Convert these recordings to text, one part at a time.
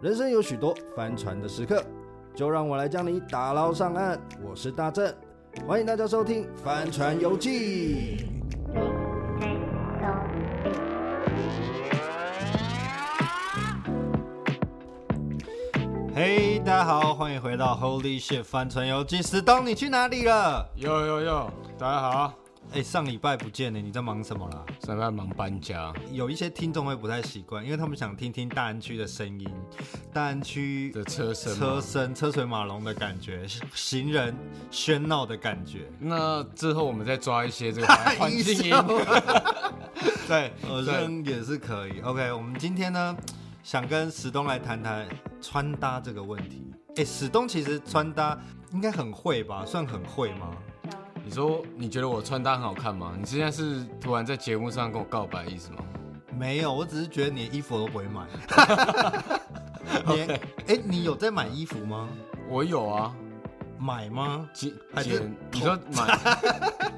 人生有许多翻船的时刻，就让我来将你打捞上岸。我是大正，欢迎大家收听《帆船游记》。嘿、大家好，欢迎回到 Holy Shit 帆船游记。石东，你去哪里了？哟哟哟，大家好！哎、上礼拜不见呢，你在忙什么啦？上班忙搬家，有一些听众会不太习惯，因为他们想听听大安区的声音，大安区的车声吗车声、车水马龙的感觉，行人喧闹的感觉。那之后我们再抓一些 这个环环境音，哎对，耳对，声也是可以。OK，我们今天呢，想跟史东来谈谈穿搭这个问题。哎、史东其实穿搭应该很会吧？算很会吗？ 你说你觉得我穿搭很好看吗？你现在是突然在节目上跟我告白的意思吗？没有，我只是觉得你的衣服我都不会买。 你哎、你有在买衣服吗？我有啊，买吗？剪还是剪，你说 买，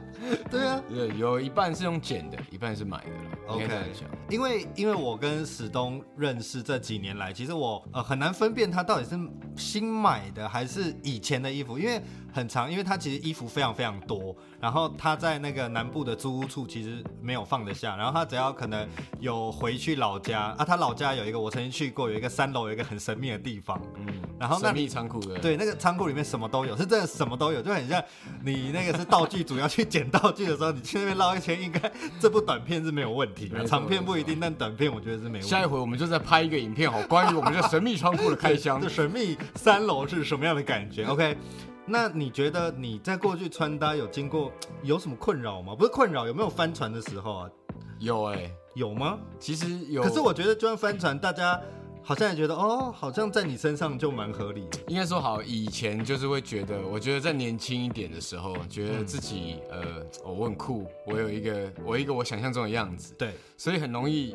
对啊，对，有一半是用剪的，一半是买的啦。应该 OK，这样讲。因为因为我跟史东认识这几年来，其实我呃很难分辨他到底是新买的还是以前的衣服，因为很长，因为他其实衣服非常非常多，然后他在那个南部的租屋处其实没有放得下，然后他只要可能有回去老家啊，他老家有一个我曾经去过，有一个三楼有一个很神秘的地方，嗯，然后那神秘仓库的，，对，那个仓库里面什么都有，是真的什么都有，就很像你那个是道具组要去捡道具的时候，你去那边绕一圈，应该这部短片是没有问题的，没错长片不一定，但短片我觉得是没问题。下一回我们就再拍一个影片，好，关于我们这神秘仓库的开 箱这。神秘三楼是什么样的感觉？OK，那你觉得你在过去穿搭有经过有什么困扰吗？不是困扰，有没有翻船的时候啊？有哎、有吗？其实有，可是我觉得就算翻船，大家好像也觉得哦，好像在你身上就蛮合理的。应该说好，以前就是会觉得，我觉得在年轻一点的时候，觉得自己、嗯呃，哦我很酷，我有一个我有一个我想象中的样子，对，所以很容易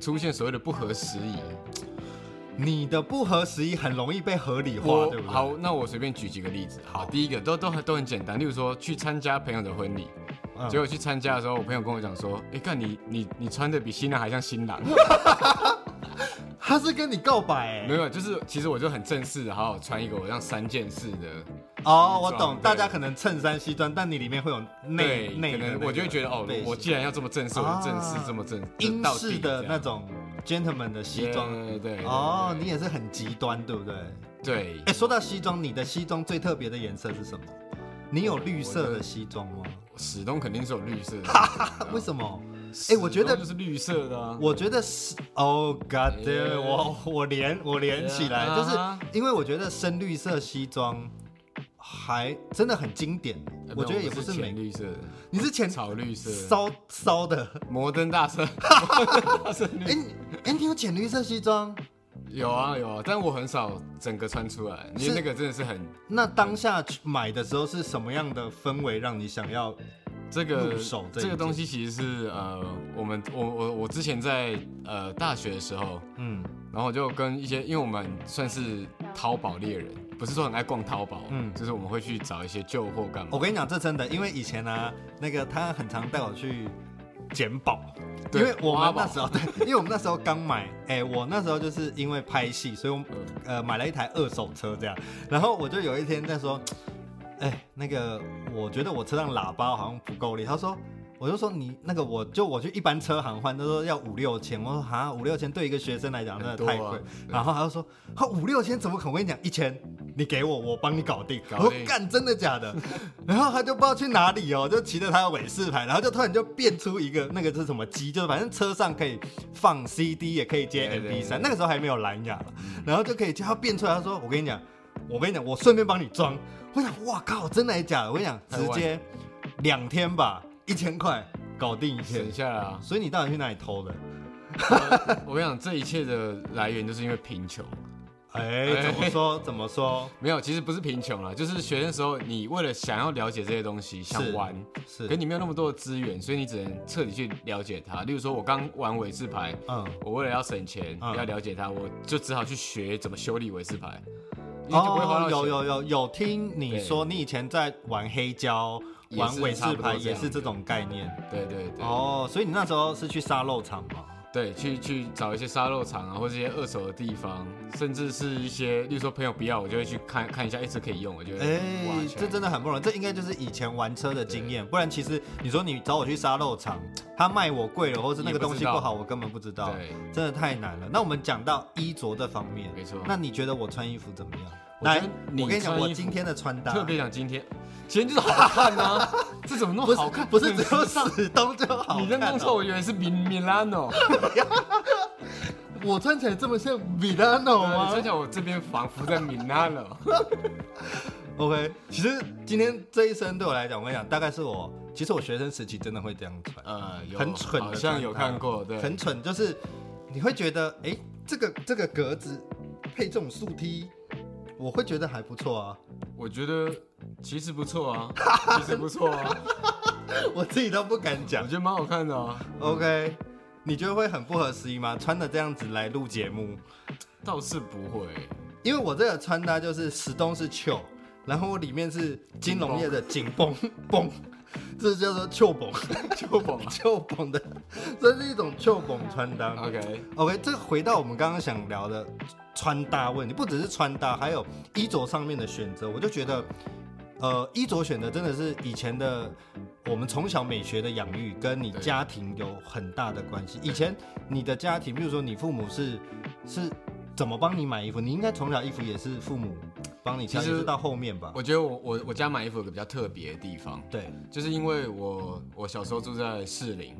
出现所谓的不合时宜。你的不合时宜很容易被合理化，我对不对？好，那我随便举几个例子。好，第一个都都很都很简单，例如说去参加朋友的婚礼，嗯结果去参加的时候，我朋友跟我讲说，哎、看你你你穿的比新郎还像新郎，他是跟你告白、欸，没有，就是其实我就很正式的，好好穿一个我像三件式的哦，我西装懂，对大家可能衬衫、西装，但你里面会有内对，内可的那能个我就会觉得哦背，心我既然要这么正式，我啊就正式这么正，英到式底的这那样种 gentleman 的西装。对对对对哦，你也是很极端，对不对？对哎，说到西装，你的西装最特别的颜色是什么？你有绿色的西装吗？史东肯定是有绿色的，为什么？哎哎，我觉得就是绿色的啊，我觉得是，Oh God， Yeah. damn，我我连我连起来 Yeah. 就是因为我觉得深绿色西装还真的很经典，呃我觉得也没有不我是是每浅绿色的，你是浅草绿色，骚骚的，摩登 大圣，大圣绿哎、你哎、你有浅绿色西装？有啊有啊，但我很少整个穿出来，因是为那个真的是很那当下去买的时候是什么样的氛围让你想要？这个入手这一这个东西其实是呃，我们我我我之前在呃大学的时候，嗯然后我就跟一些，因为我们算是淘宝猎人，不是说很爱逛淘宝，嗯哦嗯，就是我们会去找一些旧货干嘛我。跟你讲，这真的，因为以前呢、啊， 那个他很常带我去捡宝，因对为我们挖宝那时候 对，因为我们那时候刚买，哎、我那时候就是因为拍戏，所以我嗯呃买了一台二手车这样，然后我就有一天在说，哎、那个我觉得我车上喇叭好像不够力，他说。我就说你那个，我就我去一般车行换，他说要五六千，我说哈五六千对一个学生来讲真的很多啊太贵，对然后他就说他五六千怎么可能？我跟你讲一千，你给我，我帮你搞定。搞我说定干真的假的？ 然后他就不知道去哪里哦，就骑着他的尾饰牌，然后就突然就变出一个那个是什么机，就是反正车上可以放 CD，也可以接对对 MP 对3那个时候还没有蓝牙了，然后就可以接。他变出来，他说我跟你讲，我跟你讲，我顺便帮你装。我想哇靠，真的还假的？我跟你 讲，台直湾接两天吧，一千块搞定一切省。下来啊！所以你到底去哪里偷的？我跟你讲，这一切的来源就是因为贫穷。哎，怎么说？怎么说？没有，其实不是贫穷啦，啊就是学生时候，你为了想要了解这些东西，想玩，是可，你没有那么多的资源，所以你只能彻底去了解它。例如说，我刚玩尾字牌，嗯。我为了要省钱，嗯要了解它，我就只好去学怎么修理尾字牌，因为就不会花到钱。哦有有有有听你对说，你以前在玩黑胶、也玩是尾差字不多牌这也样是这种概念对对对。哦，所以你那时候是去沙漏场吗？对，去去找一些沙漏厂啊，或者一些二手的地方，甚至是一些，例如说朋友不要，我就会去看看一下，哎、这可以用，我就会哎、挖起来。这真的很不容易，这应该就是以前玩车的经验，不然其实你说你找我去沙漏厂，他卖我贵了，或是那个东西不好，我根本不知道，对，真的太难了。那我们讲到衣着这方面，没错。那你觉得我穿衣服怎么样？我觉来得，我跟你讲，穿衣服我今天的穿搭特别想今天，今天就是好看啊，这怎么那不么是好看？不是只有史东就好看哦你认弄错，我以为是米米拉 诺。我穿起来这么像米拉诺对吗你？讲我这边仿佛在米 拉诺。 OK，其实今天这一身对我来讲，我跟你讲，大概是我，其实我学生时期真的会这样穿，呃， 有很蠢的好像有穿搭看过，对，很蠢，就是你会觉得，哎、这个这个格子配这种竖 T，我会觉得还不错啊， 我觉得其实不错啊，其实不错啊，我自己都不敢我讲觉。得蛮好看的啊。 OK，你觉得会很不合时宜吗？穿的这样子来录节目，倒是不会，因为我这个穿搭就是时东是秋，然后我里面是金融业的紧绷绷， 这叫做秋绷。就吧。秋绷的， 这是一种秋绷穿搭。 OK， OK，这回到我们刚刚想聊的穿搭问题，不只是穿搭，还有衣着上面的选择。我就觉得，呃，衣着选择真的是以前的我们从小美学的养育，跟你对家庭有很大的关系。以前你的家庭，比如说你父母是是怎么帮你买衣服，你应该从小衣服也是父母帮你挑，其实也是到后面吧？我觉得我我我家买衣服有个比较特别的地方，对，就是因为我我小时候住在士林，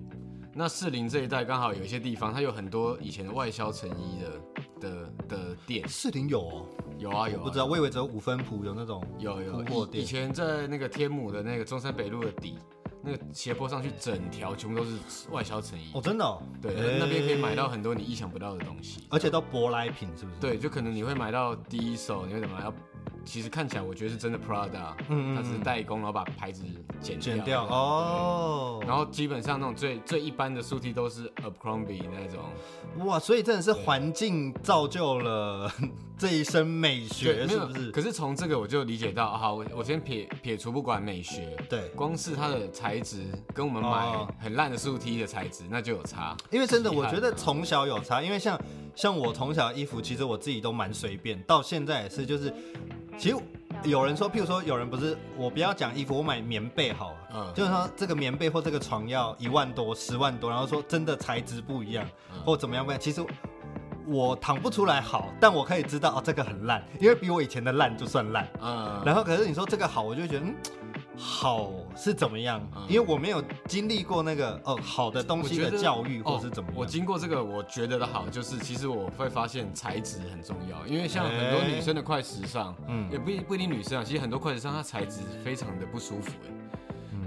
那士林这一带刚好有一些地方，它有很多以前的外销成衣的的的店，士林有哦，有啊有啊，不知道，我以为只有五分埔有那种。有有铺货以店以前在那个天母的那个中山北路的底，那个斜坡上去，整条全部都是外销成衣哦，，真的、哦，对，哎那边可以买到，很多你意想不到的东西，而且都舶来品，是不是？对，就可能你会买到第一手，你会买到，其实看起来我觉得是真的 Prada，嗯嗯嗯它只是代工，然后把牌子剪掉，剪掉哦。然后基本上那种最最一般的素 T 都是 Abercrombie 那种，哇，所以真的是环境造就 了这一身美学，没是有不是？可是从这个我就理解到，啊好，我我先撇撇除不管美学，对，光是它的材质跟我们买哦很烂的素 T 的材质，那就有差。因为真的，遗憾我啊觉得从小有差，因为像像我从小衣服，其实我自己都蛮随便，到现在也是，就是其实有人说，譬如说有人不是，我不要讲衣服，我买棉被好了。嗯，就是说，这个棉被或这个床要一万多、十万多，然后说真的材质不一样，嗯或怎么样不一样。其实我躺不出来好，但我可以知道哦，这个很烂，因为比我以前的烂就算烂。嗯，然后可是你说这个好，我就觉得嗯，好是怎么样？嗯因为我没有经历过那个哦好的东西我的觉得教育或哦是怎么样。我经过这个，我觉得的好就是，其实我会发现材质很重要，因为像很多哎女生的快时尚，嗯也不一不一定女生啊，其实很多快时尚它材质非常的不舒服，哎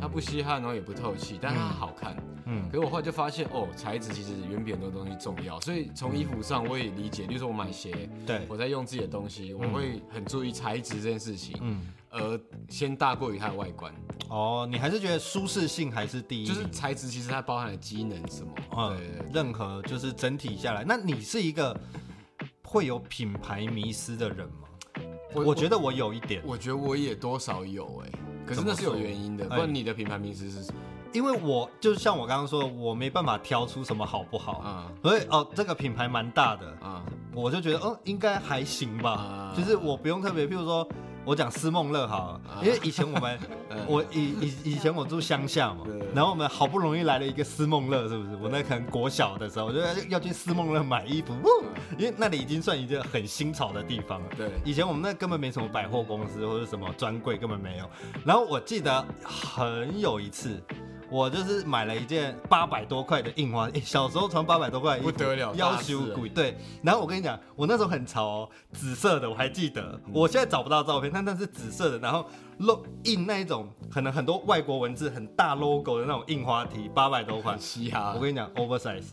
它不吸汗，然后也不透气，但它好看。嗯可是我后来就发现，哦，材质其实远比很多东西重要，所以从衣服上我也理解，例如说我买鞋，对我在用自己的东西，我会很注意材质这件事情，嗯而先大过于它的外观。哦，你还是觉得舒适性还是第一，就是材质其实它包含了机能什么，嗯对对对，任何就是整体下来，那你是一个会有品牌迷失的人吗？我觉得我有一点，我觉得我也多少有哎、可是怎么那是有说原因的，不哎然你的品牌名词是什么？因为我就像我刚刚说的，我没办法挑出什么好不好，啊所以哦这个品牌蛮大的，啊我就觉得，哦，应该还行吧啊。就是我不用特别，譬如说，我讲思梦乐好了啊，因为以前我们 嗯，我以以以前我住乡下嘛对，然后我们好不容易来了一个思梦乐，是不是？我那可能国小的时候，我就要要去思梦乐买衣服，呜啊因为那里已经算一个很新潮的地方了。对，以前我们那根本没什么百货公司或者什么专柜，根本没有。然后我记得很有一次，我就是买了一件八百多块的印花，诶小时候穿八百多块的衣服不得了要大事求欸鬼对。然后我跟你讲，我那时候很潮哦，紫色的我还记得，嗯我现在找不到照片，但那是紫色的，然后露印那一种，可能很多外国文字很大 logo 的那种印花 T，八百多块很。啊嘻哈我，跟你讲，oversize，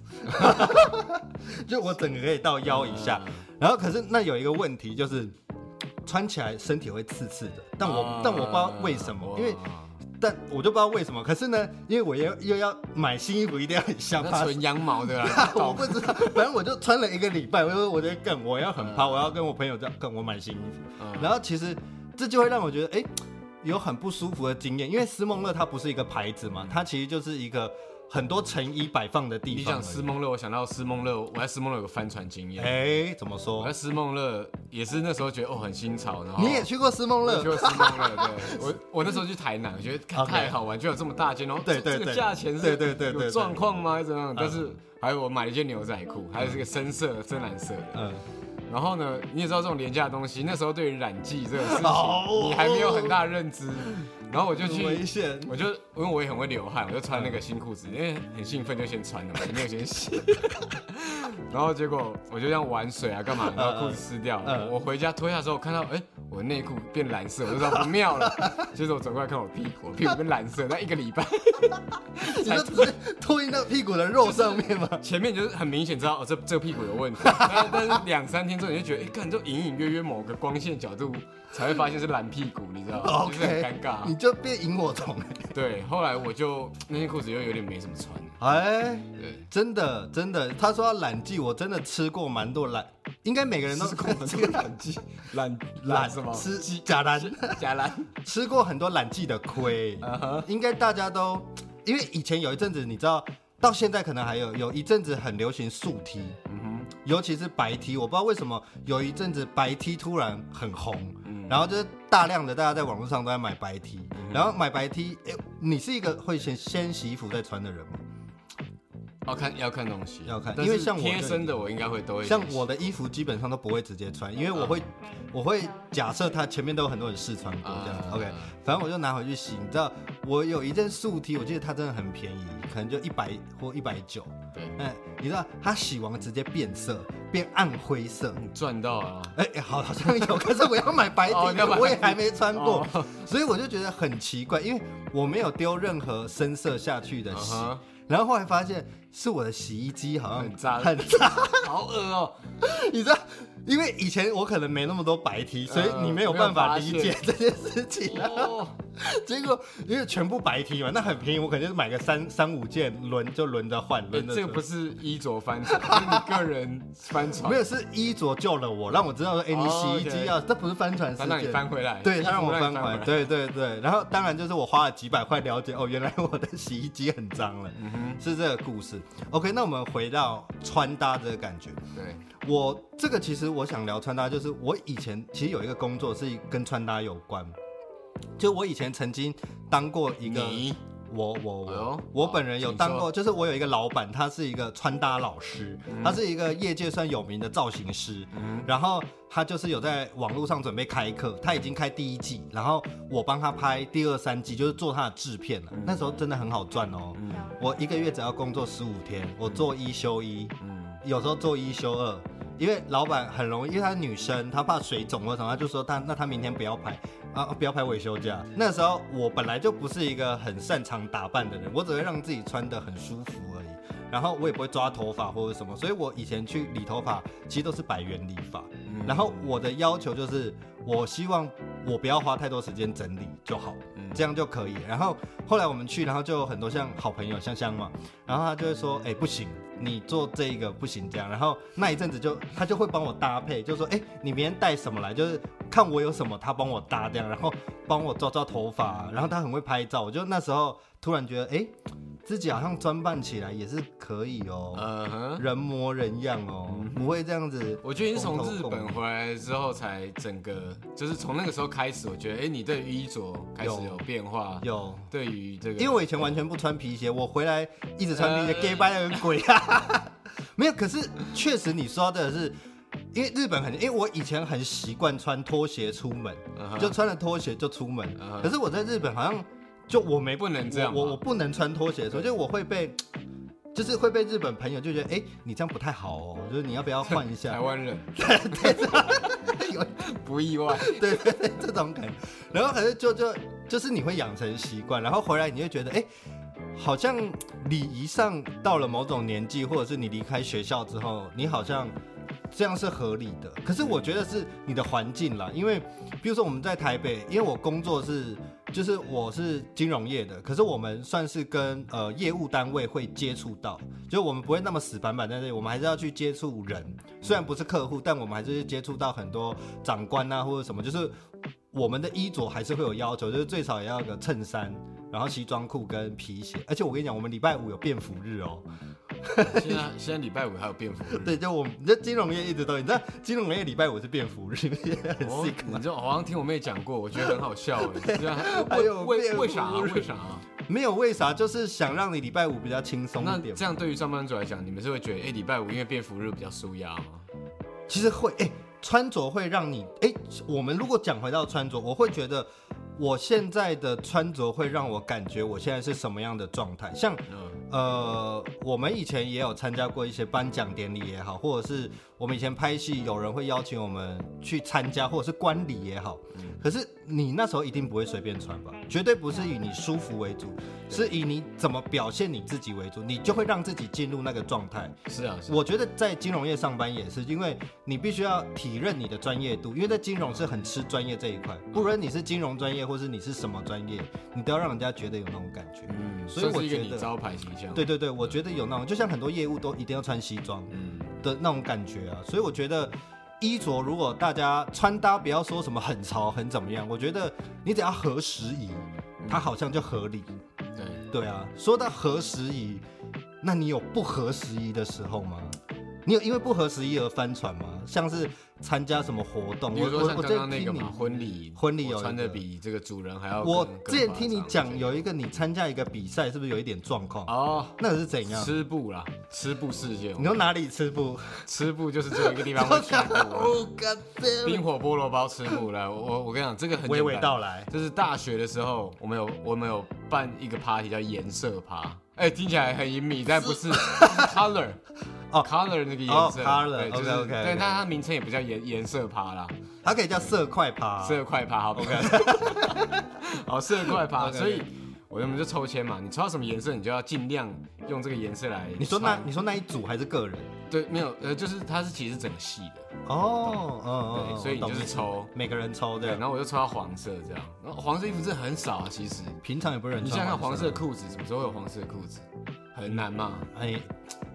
就我整个可以到腰以下。嗯然后可是那有一个问题就是，穿起来身体会刺刺的，但我、啊但我不知道为什么，因为但我就不知道为什么。可是呢，因为我又又要买新衣服，一定要很像那它。，纯羊毛的 啦我不知道，反正我就穿了一个礼拜，我 就我觉得更我要很怕，嗯我要跟我朋友这样跟我买新衣服。嗯然后其实这就会让我觉得，哎、有很不舒服的经验，因为思梦乐它不是一个牌子嘛，它其实就是一个很多成衣摆放的地方。你讲思？梦乐，我想到思梦乐，我在思梦乐有个帆船经验。哎，怎么我说在？思梦乐也是那时候觉得哦很新潮，然后你也去过思梦我去乐？过思梦乐， 对我我那时候去台南，我觉得看 OK 太好玩，就有这么大件，然后对这对这对个价钱是对对对对有状况吗？还是怎么样？嗯但是还有我买了一件牛仔裤，还有这个深色深蓝色的，嗯，然后呢，你也知道这种廉价的东西，那时候对于染剂这个 事哦情，你还没有很大的认知。然后我就很危去，险。我就因为我也很会流汗，我就穿那个新裤子，因为很兴奋就先穿了嘛，也没有先洗。 然后结果我就这样玩水啊，干嘛？然后裤子湿掉了。嗯我回家脱下之后看到，哎，我内裤变蓝色，我就知道不妙了。 接着我转过来看我屁股，我屁股变蓝色，那一个礼拜。你就直接吐印到屁股的肉上面吗？前面就是很明显知道哦，这这个屁股 有问题，但但是两三天之后你就觉得，哎、干就隐隐约约某个光线角度才会发现是蓝屁股，你知道吗 OK 就是很尴你尬。就变萤火虫对，后来我就那件裤子又有点没怎么穿， 哎、哎，对，真的真的，他说要懒记，我真的吃过蛮多懒，应该每个人都 是裤子这个懒鸡 懒懒 什么吃假懒，假懒，吃过很多懒记的 亏。啊哈，应该大家都，因为以前有一阵子，你知道，到现在可能还有有一阵子很流行竖踢，嗯尤其是白 T，我不知道为什么有一阵子白 T 突然很红，嗯然后就是大量的大家在网络上都在买白 T，然后买白 T，哎、你是一个会先先洗衣服再穿的人吗？哼，要看要看东西，要看但是因为像我贴身的我应该会都会嗯像我的衣服基本上都不会直接穿，因为我会我会假设它前面都有很多人试穿过这样啊子，OK，反正我就拿回去洗。你知道我有一件竖 T，我记得它真的很便宜，可能就一百或一百九。对，嗯，你知道它洗完直接变色，变暗灰色。你赚到啊，哎、好，好像有，可是我要买白底哦你要的，买白底哦我也还没穿过，所以我就觉得很奇怪，因为我没有丢任何深色下去的嗯洗 哼然后后来发现是我的洗衣机好像很脏很脏， 好恶哦，你知道，因为以前我可能没那么多白 T，所以呃你没有办法没有理发解现这件事情、啊。 哦结果因为全部白 T 嘛，那很便宜，我可能就是买个三三五件轮就轮着换，哎轮着这个穿不是衣着翻船，这是你个人翻船没。有，是衣着救了我，让我知道说，哎、你洗哦衣机 OK 要，这不是翻船事他让你件。翻回来，对，衣服他让我翻你回来，来。对对对。然后当然就是我花了几百块了解，哦，原来我的洗衣机很脏了，嗯哼，是这个故事。OK，那我们回到穿搭这个感觉，对，我这个其实我想聊穿搭，就是我以前其实有一个工作是跟穿搭有关，就我以前曾经当过一个。你我我我哎呦我本人有当请过，说就是我有一个老板，他是一个穿搭老师，嗯他是一个业界算有名的造型师，嗯然后他就是有在网络上准备开课，他已经开第一季，然后我帮他拍第二三季，就是做他的制片了嗯。那时候真的很好赚哦，嗯我一个月只要工作十五天，我做一休一，嗯有时候做一休二，因为老板很容易，因为她是女生，她怕水肿或什么，她就说她那她明天不要拍啊，不要拍我也休假。那时候我本来就不是一个很擅长打扮的人，我只会让自己穿得很舒服而已。然后我也不会抓头发或者什么，所以我以前去理头发其实都是百元理发。嗯然后我的要求就是，我希望我不要花太多时间整理就好，嗯这样就可以。然后后来我们去，然后就有很多像好朋友香香嘛，然后他就会说，哎、不行，你做这一个不行这样。然后那一阵子就他就会帮我搭配，就说，哎、你明天带什么来，就是看我有什么，他帮我搭这样，然后帮我抓抓头发，啊然后他很会拍照，我就那时候突然觉得，哎、自己好像装扮起来也是可以哦，嗯哼，人模人样哦，不会这样子。嗯我觉得你是从日蓬头垢本面回来之后，才整个就是从那个时候开始，我觉得哎，你对于衣着开始有有变化，有，对于这个，因为我以前完全不穿皮鞋，我回来一直穿皮鞋，gay 拜那个鬼啊！ 没有，可是确实你说的是，因为日本很，因为我以前很习惯穿拖鞋出门，嗯哼就穿了拖鞋就出门。嗯哼可是我在日本好像就我没不能这样吧我我我不能穿拖鞋的时候，就我会被。就是会被日本朋友就觉得，哎、你这样不太好哦，就是你要不要换一下台？ 湾人有 不意外， 对对对，这种感觉。然后可是就就就是你会养成习惯，然后回来你会觉得，哎、好像礼仪上到了某种年纪，或者是你离开学校之后，你好像这样是合理的。可是我觉得是你的环境啦，因为比如说我们在台北，因为我工作是。就是我是金融业的，可是我们算是跟呃业务单位会接触到，就我们不会那么死板板在这里，我们还是要去接触人，虽然不是客户，但我们还是去接触到很多长官啊或者什么，就是我们的衣着还是会有要求，就是最少也要有个衬衫，然后西装裤跟皮鞋。而且我跟你讲，我们礼拜五有便服日哦。现在现在礼拜五还有便服日，对，就我们这金融业一直都，你知道金融业礼拜五是便服日， 也很哦 sick 嘛你。就好像听我妹讲过，我觉得很好笑哎，这样还有为便为服为啥啊日为啥啊？没有为啥，就是想让你礼拜五比较轻松那一点这。样对于上班族来讲，你们是会觉得哎，礼拜五因为便服日比较舒压吗？其实会，哎、穿着会让你，哎、我们如果讲回到穿着，我会觉得我现在的穿着会让我感觉我现在是什么样的状态。像嗯，呃，我们以前也有参加过一些颁奖典礼也好，或者是我们以前拍戏，有人会邀请我们去参加，或者是观礼也好。嗯可是你那时候一定不会随便穿吧？绝对不是以你舒服为主，是以你怎么表现你自己为主，你就会让自己进入那个状态。是啊，是啊我觉得在金融业上班也是，因为你必须要体认你的专业度，因为在金融是很吃专业这一块，不论你是金融专业或是你是什么专业，你都要让人家觉得有那种感觉。嗯，所以我算是一个觉你得招牌形象，对，对对，我觉得有那种，就像很多业务都一定要穿西装嗯，的那种感觉啊，所以我觉得。衣着如果大家穿搭不要说什么很潮很怎么样，我觉得你只要合时宜，嗯它好像就合理。对。对啊，说到合时宜，那你有不合时宜的时候吗？你有因为不合时宜而翻船吗？像是参加什么活动？比如我说我像我之刚刚前那个听你嘛，，婚礼，婚礼我有一穿的个比这个主人还要更。我更之前夸听你张讲有一个你参加一个比赛，是不是有一点状况？哦，那个是怎样？吃布啦，吃布事件，你说哪里吃不？吃布就是只有一个地 方会吃啊布，哦 God damn 冰火菠萝包吃布来，我我我跟你讲，这个很娓简娓单，道来。就是大学的时候，我们有我们有办一个 party 叫颜色趴，哎，听起来很隐秘，但不是 color。哦 color 那个颜哦色，color，对，就是 OK，OK，OK 对，但它名称也不叫颜颜色趴啦，它可以叫色块趴，色块趴，好不 好？好，色块趴， OK，OK 所以我们就抽签嘛，你抽到什么颜色，你就要尽量用这个颜色来 穿。你说 那你说那一组还是个人？对，没有，呃，就是它是其实是整个系的，哦，嗯对，嗯，所以你我就是懂抽，每个人抽对，对然，后我就抽到黄色这样，然后黄色衣服真的很少啊，其实，平常也不是人你穿想想看黄黄色的裤子，什么时候会有黄色的裤子？很难嘛，哎，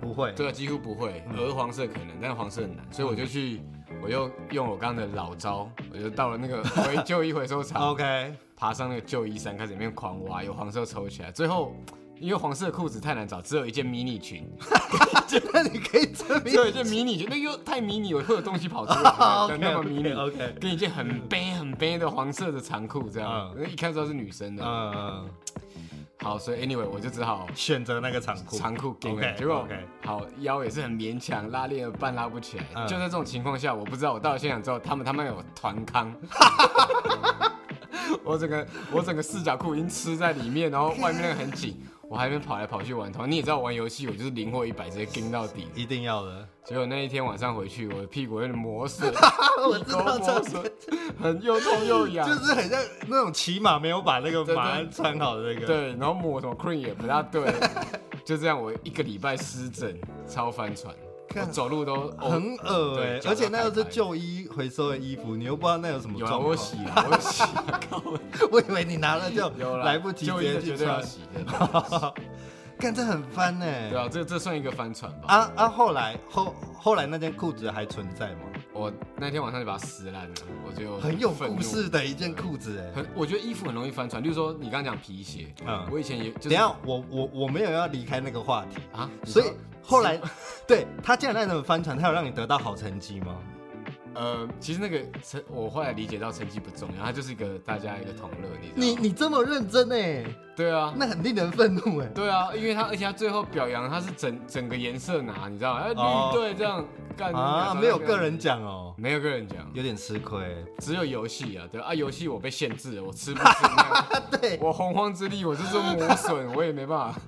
不会，对啊，几乎不会，鹅黄色可能，但是黄色很难，所以我就去，我又用我刚刚的老招，我就到 了那个回旧衣回收厂， ，OK，爬上那个旧衣山，开始里面狂挖，有黄色抽起来，最后。因为黄色的裤子太难找，只有一件迷 你裙，那你可以证只有一件迷你裙，那又太迷你，我会有东西跑出 来的，那么迷你。 OK，跟一件很悲很悲的黄色的长裤这样，嗯那一看知道是女生的。嗯，好，所以 anyway 我就只好选择那个长裤，长裤给 OK，了，结果 OK 好腰也是很勉强，拉链半拉不起来。嗯就在这种情况下，我不知道我到了现场之后，他们他们有团 康。 我整个我整个四角裤已经吃在里面，然后外面那个很紧，我还没跑来跑去玩团。你也知道玩游戏，我就是零或一百直接跟到底。一定要的。结果那一天晚上回去，我的屁股有点磨损， 我屁知股道磨这损，很又痛又痒，就是很像那种骑马没有把那个对对马鞍穿好的那个。对，然后抹什么 cream 也不大对， 就这样我一个礼拜湿疹，超翻船，我看走路都哦很恶哎、对脚而且那又是开开旧衣回收的衣服，你又不知道那有什么有啊，状我有况。洗啊，我 有洗啊，靠我以为你拿了就有啦来不及就直医接的去绝对要穿，洗的，看这很翻呢、对啊，这这算一个帆船吧。啊啊！后来后后来那件裤子还存在吗？我那天晚上就把它撕烂了，我就很有愤怒故事，的一件裤子哎、很我觉得衣服很容易翻船，例如说你刚刚讲皮鞋，嗯我以前也等一就是下，我我我没有要离开那个话题，啊，你所以说后来， 对他既然让你们翻船，他有让你得到好成绩吗？呃，其实那个成我后来理解到成绩不重要，它就是一个大家一个同乐，你知道吗你你这么认真哎，对啊，那很令人愤怒哎。对啊，因为他而且他最后表扬他是整整个颜色拿，你知道吗？哎，哦绿队这样干啊，没有个，人奖哦，没有个人讲，有点吃亏。只有游戏啊，对啊，游戏我被限制了，我吃不吃那样，嗯对，我洪荒之力我就是磨损，我也没办法。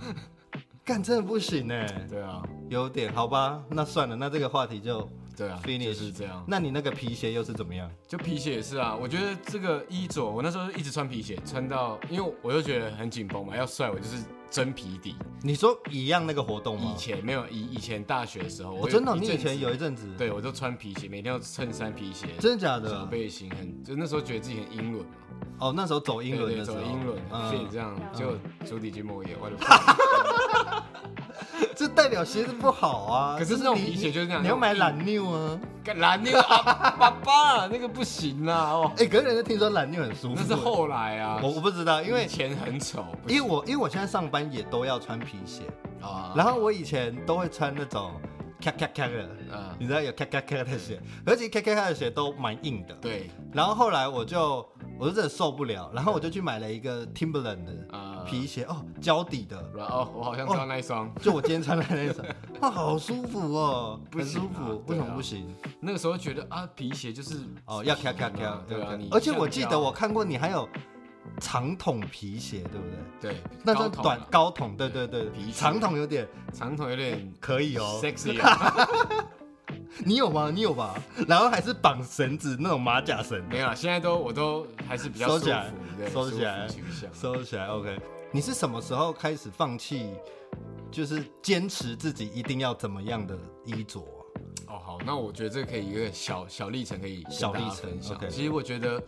干真的不行哎，对啊，有点好吧，那算了，那这个话题就对 啊 finish 就是这样。那你那个皮鞋又是怎么样？就皮鞋也是啊，我觉得这个衣着，我那时候一直穿皮鞋，穿到因为我就觉得很紧绷嘛，要帅我就是真皮底。你说一样那个活动以吗？前没有以以前大学的时候，我我哦真的，哦有你一以阵子前有一阵子，，对我就穿皮鞋，每天要衬衫皮鞋，真的哦假小的？背心很，就那时候觉得自己很英伦嘛，哦，那时候嗯走英对伦对的时走候，英伦，所以嗯， 这样就主体去莫言，我的这代表鞋子不好啊。可是这那种你皮鞋就是那样你要买懒妞啊。干蓝那个啊爸爸那个不行啦哦，哎、可是人家听说懒妞很舒服。欸那是后来啊，我我不知道，因以为前很丑，不因为行我因为我现在上班也都要穿皮鞋，啊然后我以前都会穿那种咔咔咔的，啊，你知道有咔咔咔的鞋，而且咔咔咔的鞋都蛮硬的。对然后后来我就我就真的受不了，然后我就去买了一个 Timberland 的啊皮鞋，哦，胶底的，然后哦，我好像知道那一双，就我今天穿的那一 双，哇，好舒服哦，不很行啊舒服，为对啊什么不行？那个时候觉得啊，皮鞋就是哦，要咔咔咔，对啊，你而且我记橡胶得我看过你还有长筒皮鞋，对不对？对那高算筒短啊高筒，对对对皮，鞋长筒有点长筒有点可以哦。 sexy 啊， 你有吗？你有吧？ 然后还是绑绳子那种马甲绳，没有啊，现在都我都还是比较收舒起来服，对，收起来舒服取啊向收起来。OK，你是什么时候开始放弃，就是坚持自己一定要怎么样的衣着啊、哦，好，那我觉得这可以一个小小历程可以跟小大家历程分享。 OK 其实我觉得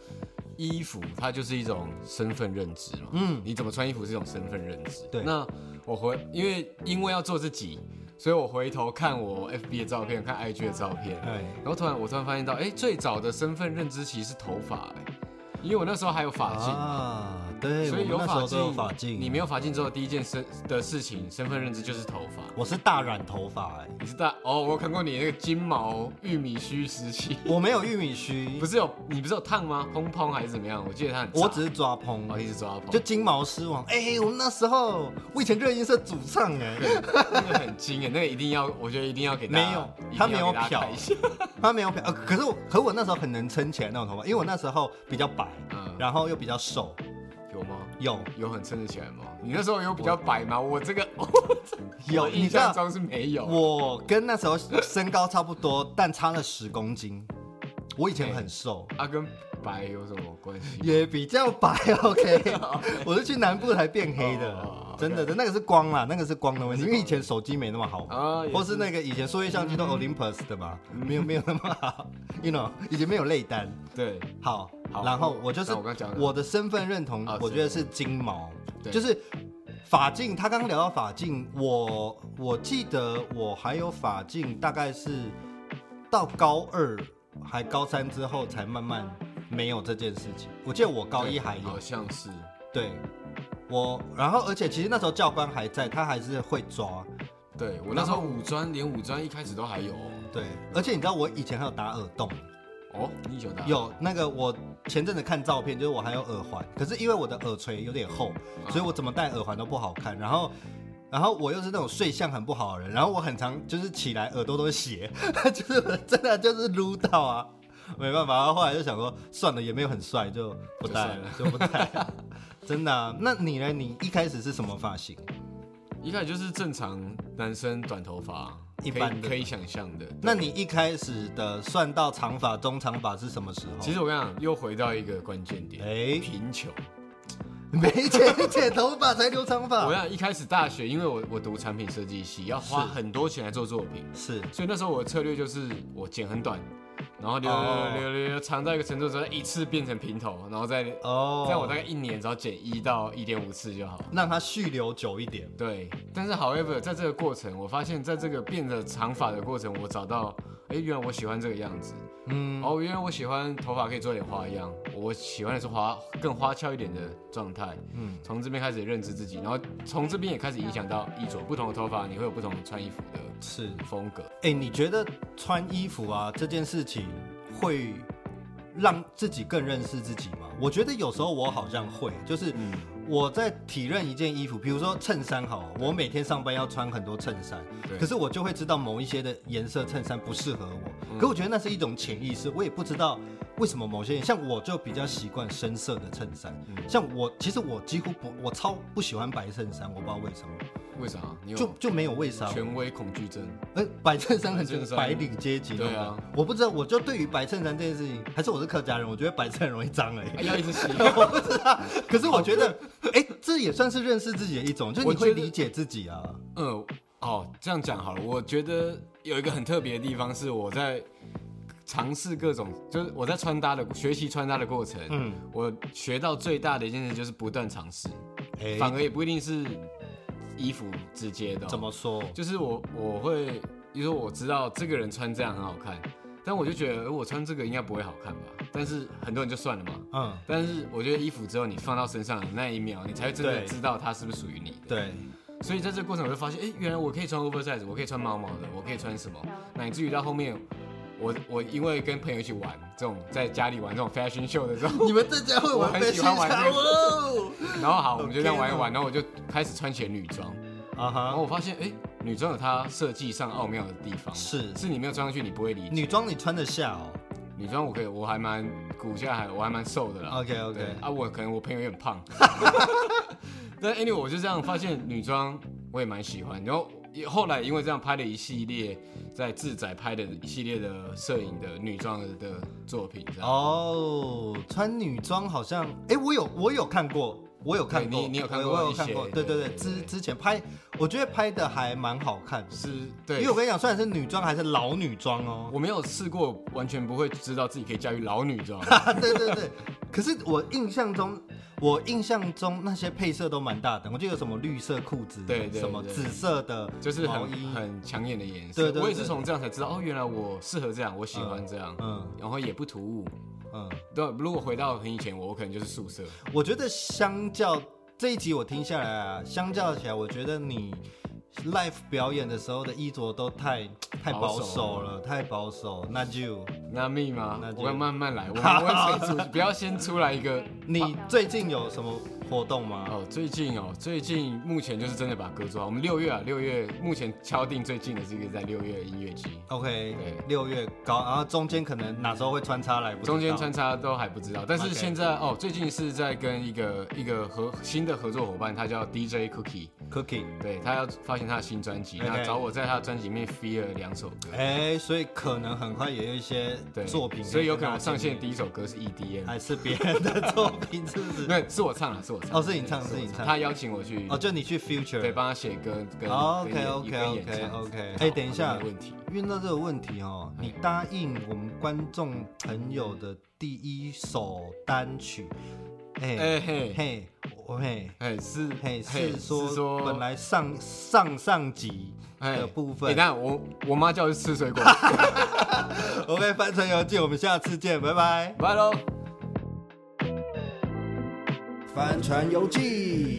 衣服它就是一种身份认知嘛，嗯嗯，你怎么穿衣服是一种身份认知。对那我回因为因为要做自己，所以我回头看我 FB 的照片，看 IG 的照片，哎，然后突然我突然发现到，哎、最早的身份认知其实是头发、哎，因为我那时候还有发髻。啊，对，我所以们有那时候发都有髻，发髻，你没有发髻之后，第一件身的事情，身份认知就是头发。我是大染头发哎、你是大哦，我有看过你那个金毛玉米须时期，我没有玉米须，不是有你不是有烫吗？蓬蓬还是怎么样？我记得他很炸，我只是抓蓬哦一直抓蓬，就金毛狮王。哎、我们那时候我以前热音社主唱哎、那个 很精耶，那个一定要，我觉得一定要给大家，没有一定他没有要给大家漂看一下，他没有漂，呃，可是我可我那时候很能撑起来那种头发，因为我那时候比较白，嗯，然后又比较瘦，有吗？有有很撑得起来吗？你那时候有比较白吗？我这个 有，我你印知象道。中是没有。我跟那时候身高差不多，但差了十公斤。我以前很瘦，啊，跟白有什么关系？也比较白，OK。我 是去南部才变黑哦的，OK，真的，那个是光啦，那个是光的问题，因为以前手机没那么好玩，啊，也或是那个以前数位相机都 Olympus 的嘛，没有没有那么好，you know，以前没有内单。对，好，好然后我就是那我刚讲了我的身份认同啊，我觉得是金毛，对就是法镜。他刚刚聊到法镜，我我记得我还有法镜，大概是到高二还高三之后才慢慢没有这件事情。我记得我高一还有好，像是对我，然后而且其实那时候教官还在，他还是会抓，对我那时候五专连五专一开始都还有哦对，而且你知道我以前还有打耳洞。哦，你以前打有那个我前阵子看照片，就是我还有耳环，可是因为我的耳垂有点厚，啊所以我怎么戴耳环都不好看。然后，然后我又是那种睡相很不好的人，然后我很常就是起来耳朵都是血， 就是我真的就是撸到啊，没办法。然后后来就想说，算了，也没有很帅，就不戴了，就不戴 了。真的、啊？那你呢？你一开始是什么发型？一开始就是正常男生短头发，一可以般的可以想象的。那你一开始的算到长发、中长发是什么时候？其实我跟你讲，又回到一个关键点，哎贫穷。没钱剪头发才留长我发，想一开始大学，因为我我读产品设计系，要花是很多钱来做作品，是所以那时候我的策略就是我剪很短，然后留哦留留留长到一个程度之后，一次变成平头，然后再这哦，样我大概一年只要剪一到一点五次就好。让它蓄留久一点。对，但是 however，在这个过程，我发现在这个变得长发的过程，我找到，哎，原来我喜欢这个样子，嗯，哦，原来我喜欢头发可以做点花样，我喜欢的是花更花俏一点的状嗯态。嗯，从这边开始认知自己，然后从这边也开始影响到衣着，不同的头发你会有不同的穿衣服的是。风格。哎、你觉得穿衣服啊这件事情会让自己更认识自己吗？我觉得有时候我好像会，就是嗯我在体认一件衣服，比如说衬衫好了，我每天上班要穿很多衬衫，对可是我就会知道某一些的颜色衬衫不适合我。嗯可我觉得那是一种潜意识，我也不知道为什么某些人，像我就比较习惯深色的衬衫，嗯像我其实我几乎不，我超不喜欢白衬衫，我不知道为什么。为啥？你就有就没有为啥？权威恐惧 症？呃，白衬衫很白衬衫白领阶级，对啊，我不知道，我就对于白衬衫这件事情，还是我是客家人，我觉得白衬很容易脏哎、哎要一直洗。我不知道，可是我觉得，哎、这也算是认识自己的一种，就是你我会觉得理解自己啊。嗯，哦，这样讲好了。我觉得有一个很特别的地方是我在尝试各种，就是我在穿搭的学习穿搭的过程，嗯，我学到最大的一件事就是不断尝试，哎、反而也不一定是衣服直接的哦、怎么说？就是我我会，比如说我知道这个人穿这样很好看，但我就觉得呃我穿这个应该不会好看吧。但是很多人就算了嘛。嗯，但是我觉得衣服只有你放到身上的那一秒，你才会真的对知道它是不是属于你的。对，所以在这个过程，我就发现，哎、原来我可以穿 oversize，我可以穿毛毛的，我可以穿什么，乃至于到后面，我我因为跟朋友一起玩这种在家里玩这种 fashion show 的时候，你们在家会我玩很飞喜行欢玩场这个哦。然后好，我们就这样玩一 OK 玩，然后我就开始穿起了女装，啊然后哈，我发现，哎、女装有它设计上奥妙的地方，是是你没有穿上去你不会理解。女装你穿得下哦。女装我可以，我还蛮骨架还我还蛮瘦的啦。 OK 对 OK，啊，我可能我朋友也很胖， 但 anyway 我就这样发现女装我也蛮喜欢，然后也后来因为这样拍了一系列在自宅拍的一系列的摄影的女装的的作品，这样。哦，穿女装好像，哎，我有我有看过。我有看对过，你你有看我过我有一看些过，对对对对，对之对之前拍，我觉得拍的还蛮好看的，是因对为我，跟你讲，虽然是女装，还是老女装哦， 我没有试过，完全不会知道自己可以驾驭老女 装。对对对，可是我印象中，我印象中那些配色都蛮大胆，我记得有什么绿色裤子，对对对什么紫色的，就是毛很衣，很抢眼的颜对色，对我也对是从这样才知道哦，原来我适合这样，我喜欢这样，嗯然后也不突兀。嗯，对，如果回到很以前，我我可能就是宿舍，我觉得相较这一集我听下来啊，相较起来，我觉得你 l i f e 表演的时候的衣着都太太保保守守了，太保守，那就那密吗嗯那？就我要慢慢来， 我们温水煮，不要先出来一个。你最近有什么活动吗？哦，最近哦，最近目前就是真的把歌做好。我们六月啊，六月目前敲定最近的是一个在六月音乐季， OK，对六月搞，然后中间可能哪时候会穿插来，不知道中间穿插都还不知道。但是 OK 现在哦，最近是在跟一个一个合新的合作伙伴，他叫 DJ Cookie， Cookie，对他要发行他的新专辑， OK 那找我在他的专辑里面 f 了两首歌，哎、所以可能很快也有一些对作品，所以有可能我上线第一首歌是 E EDM，还是别人的作品，是不啊是？对，是我唱的，是我唱的，哦，是你唱，是我你唱唱。他邀请我去哦，就你去对， Future。帮他写歌跟哦跟演 OK，OK，跟演 OK，唱 OK 好哎等一下没问题。遇到这个问题哦，嗯你答应我们观众朋友的第一首单曲，哎、哎嘿，嘿，我嘿。哎是嘿，嘿是说是说本来上上上集哎的部你分。看我我妈叫我去吃 水果， OK，帆船游记，我们下次见，拜拜。拜喽。帆船游记。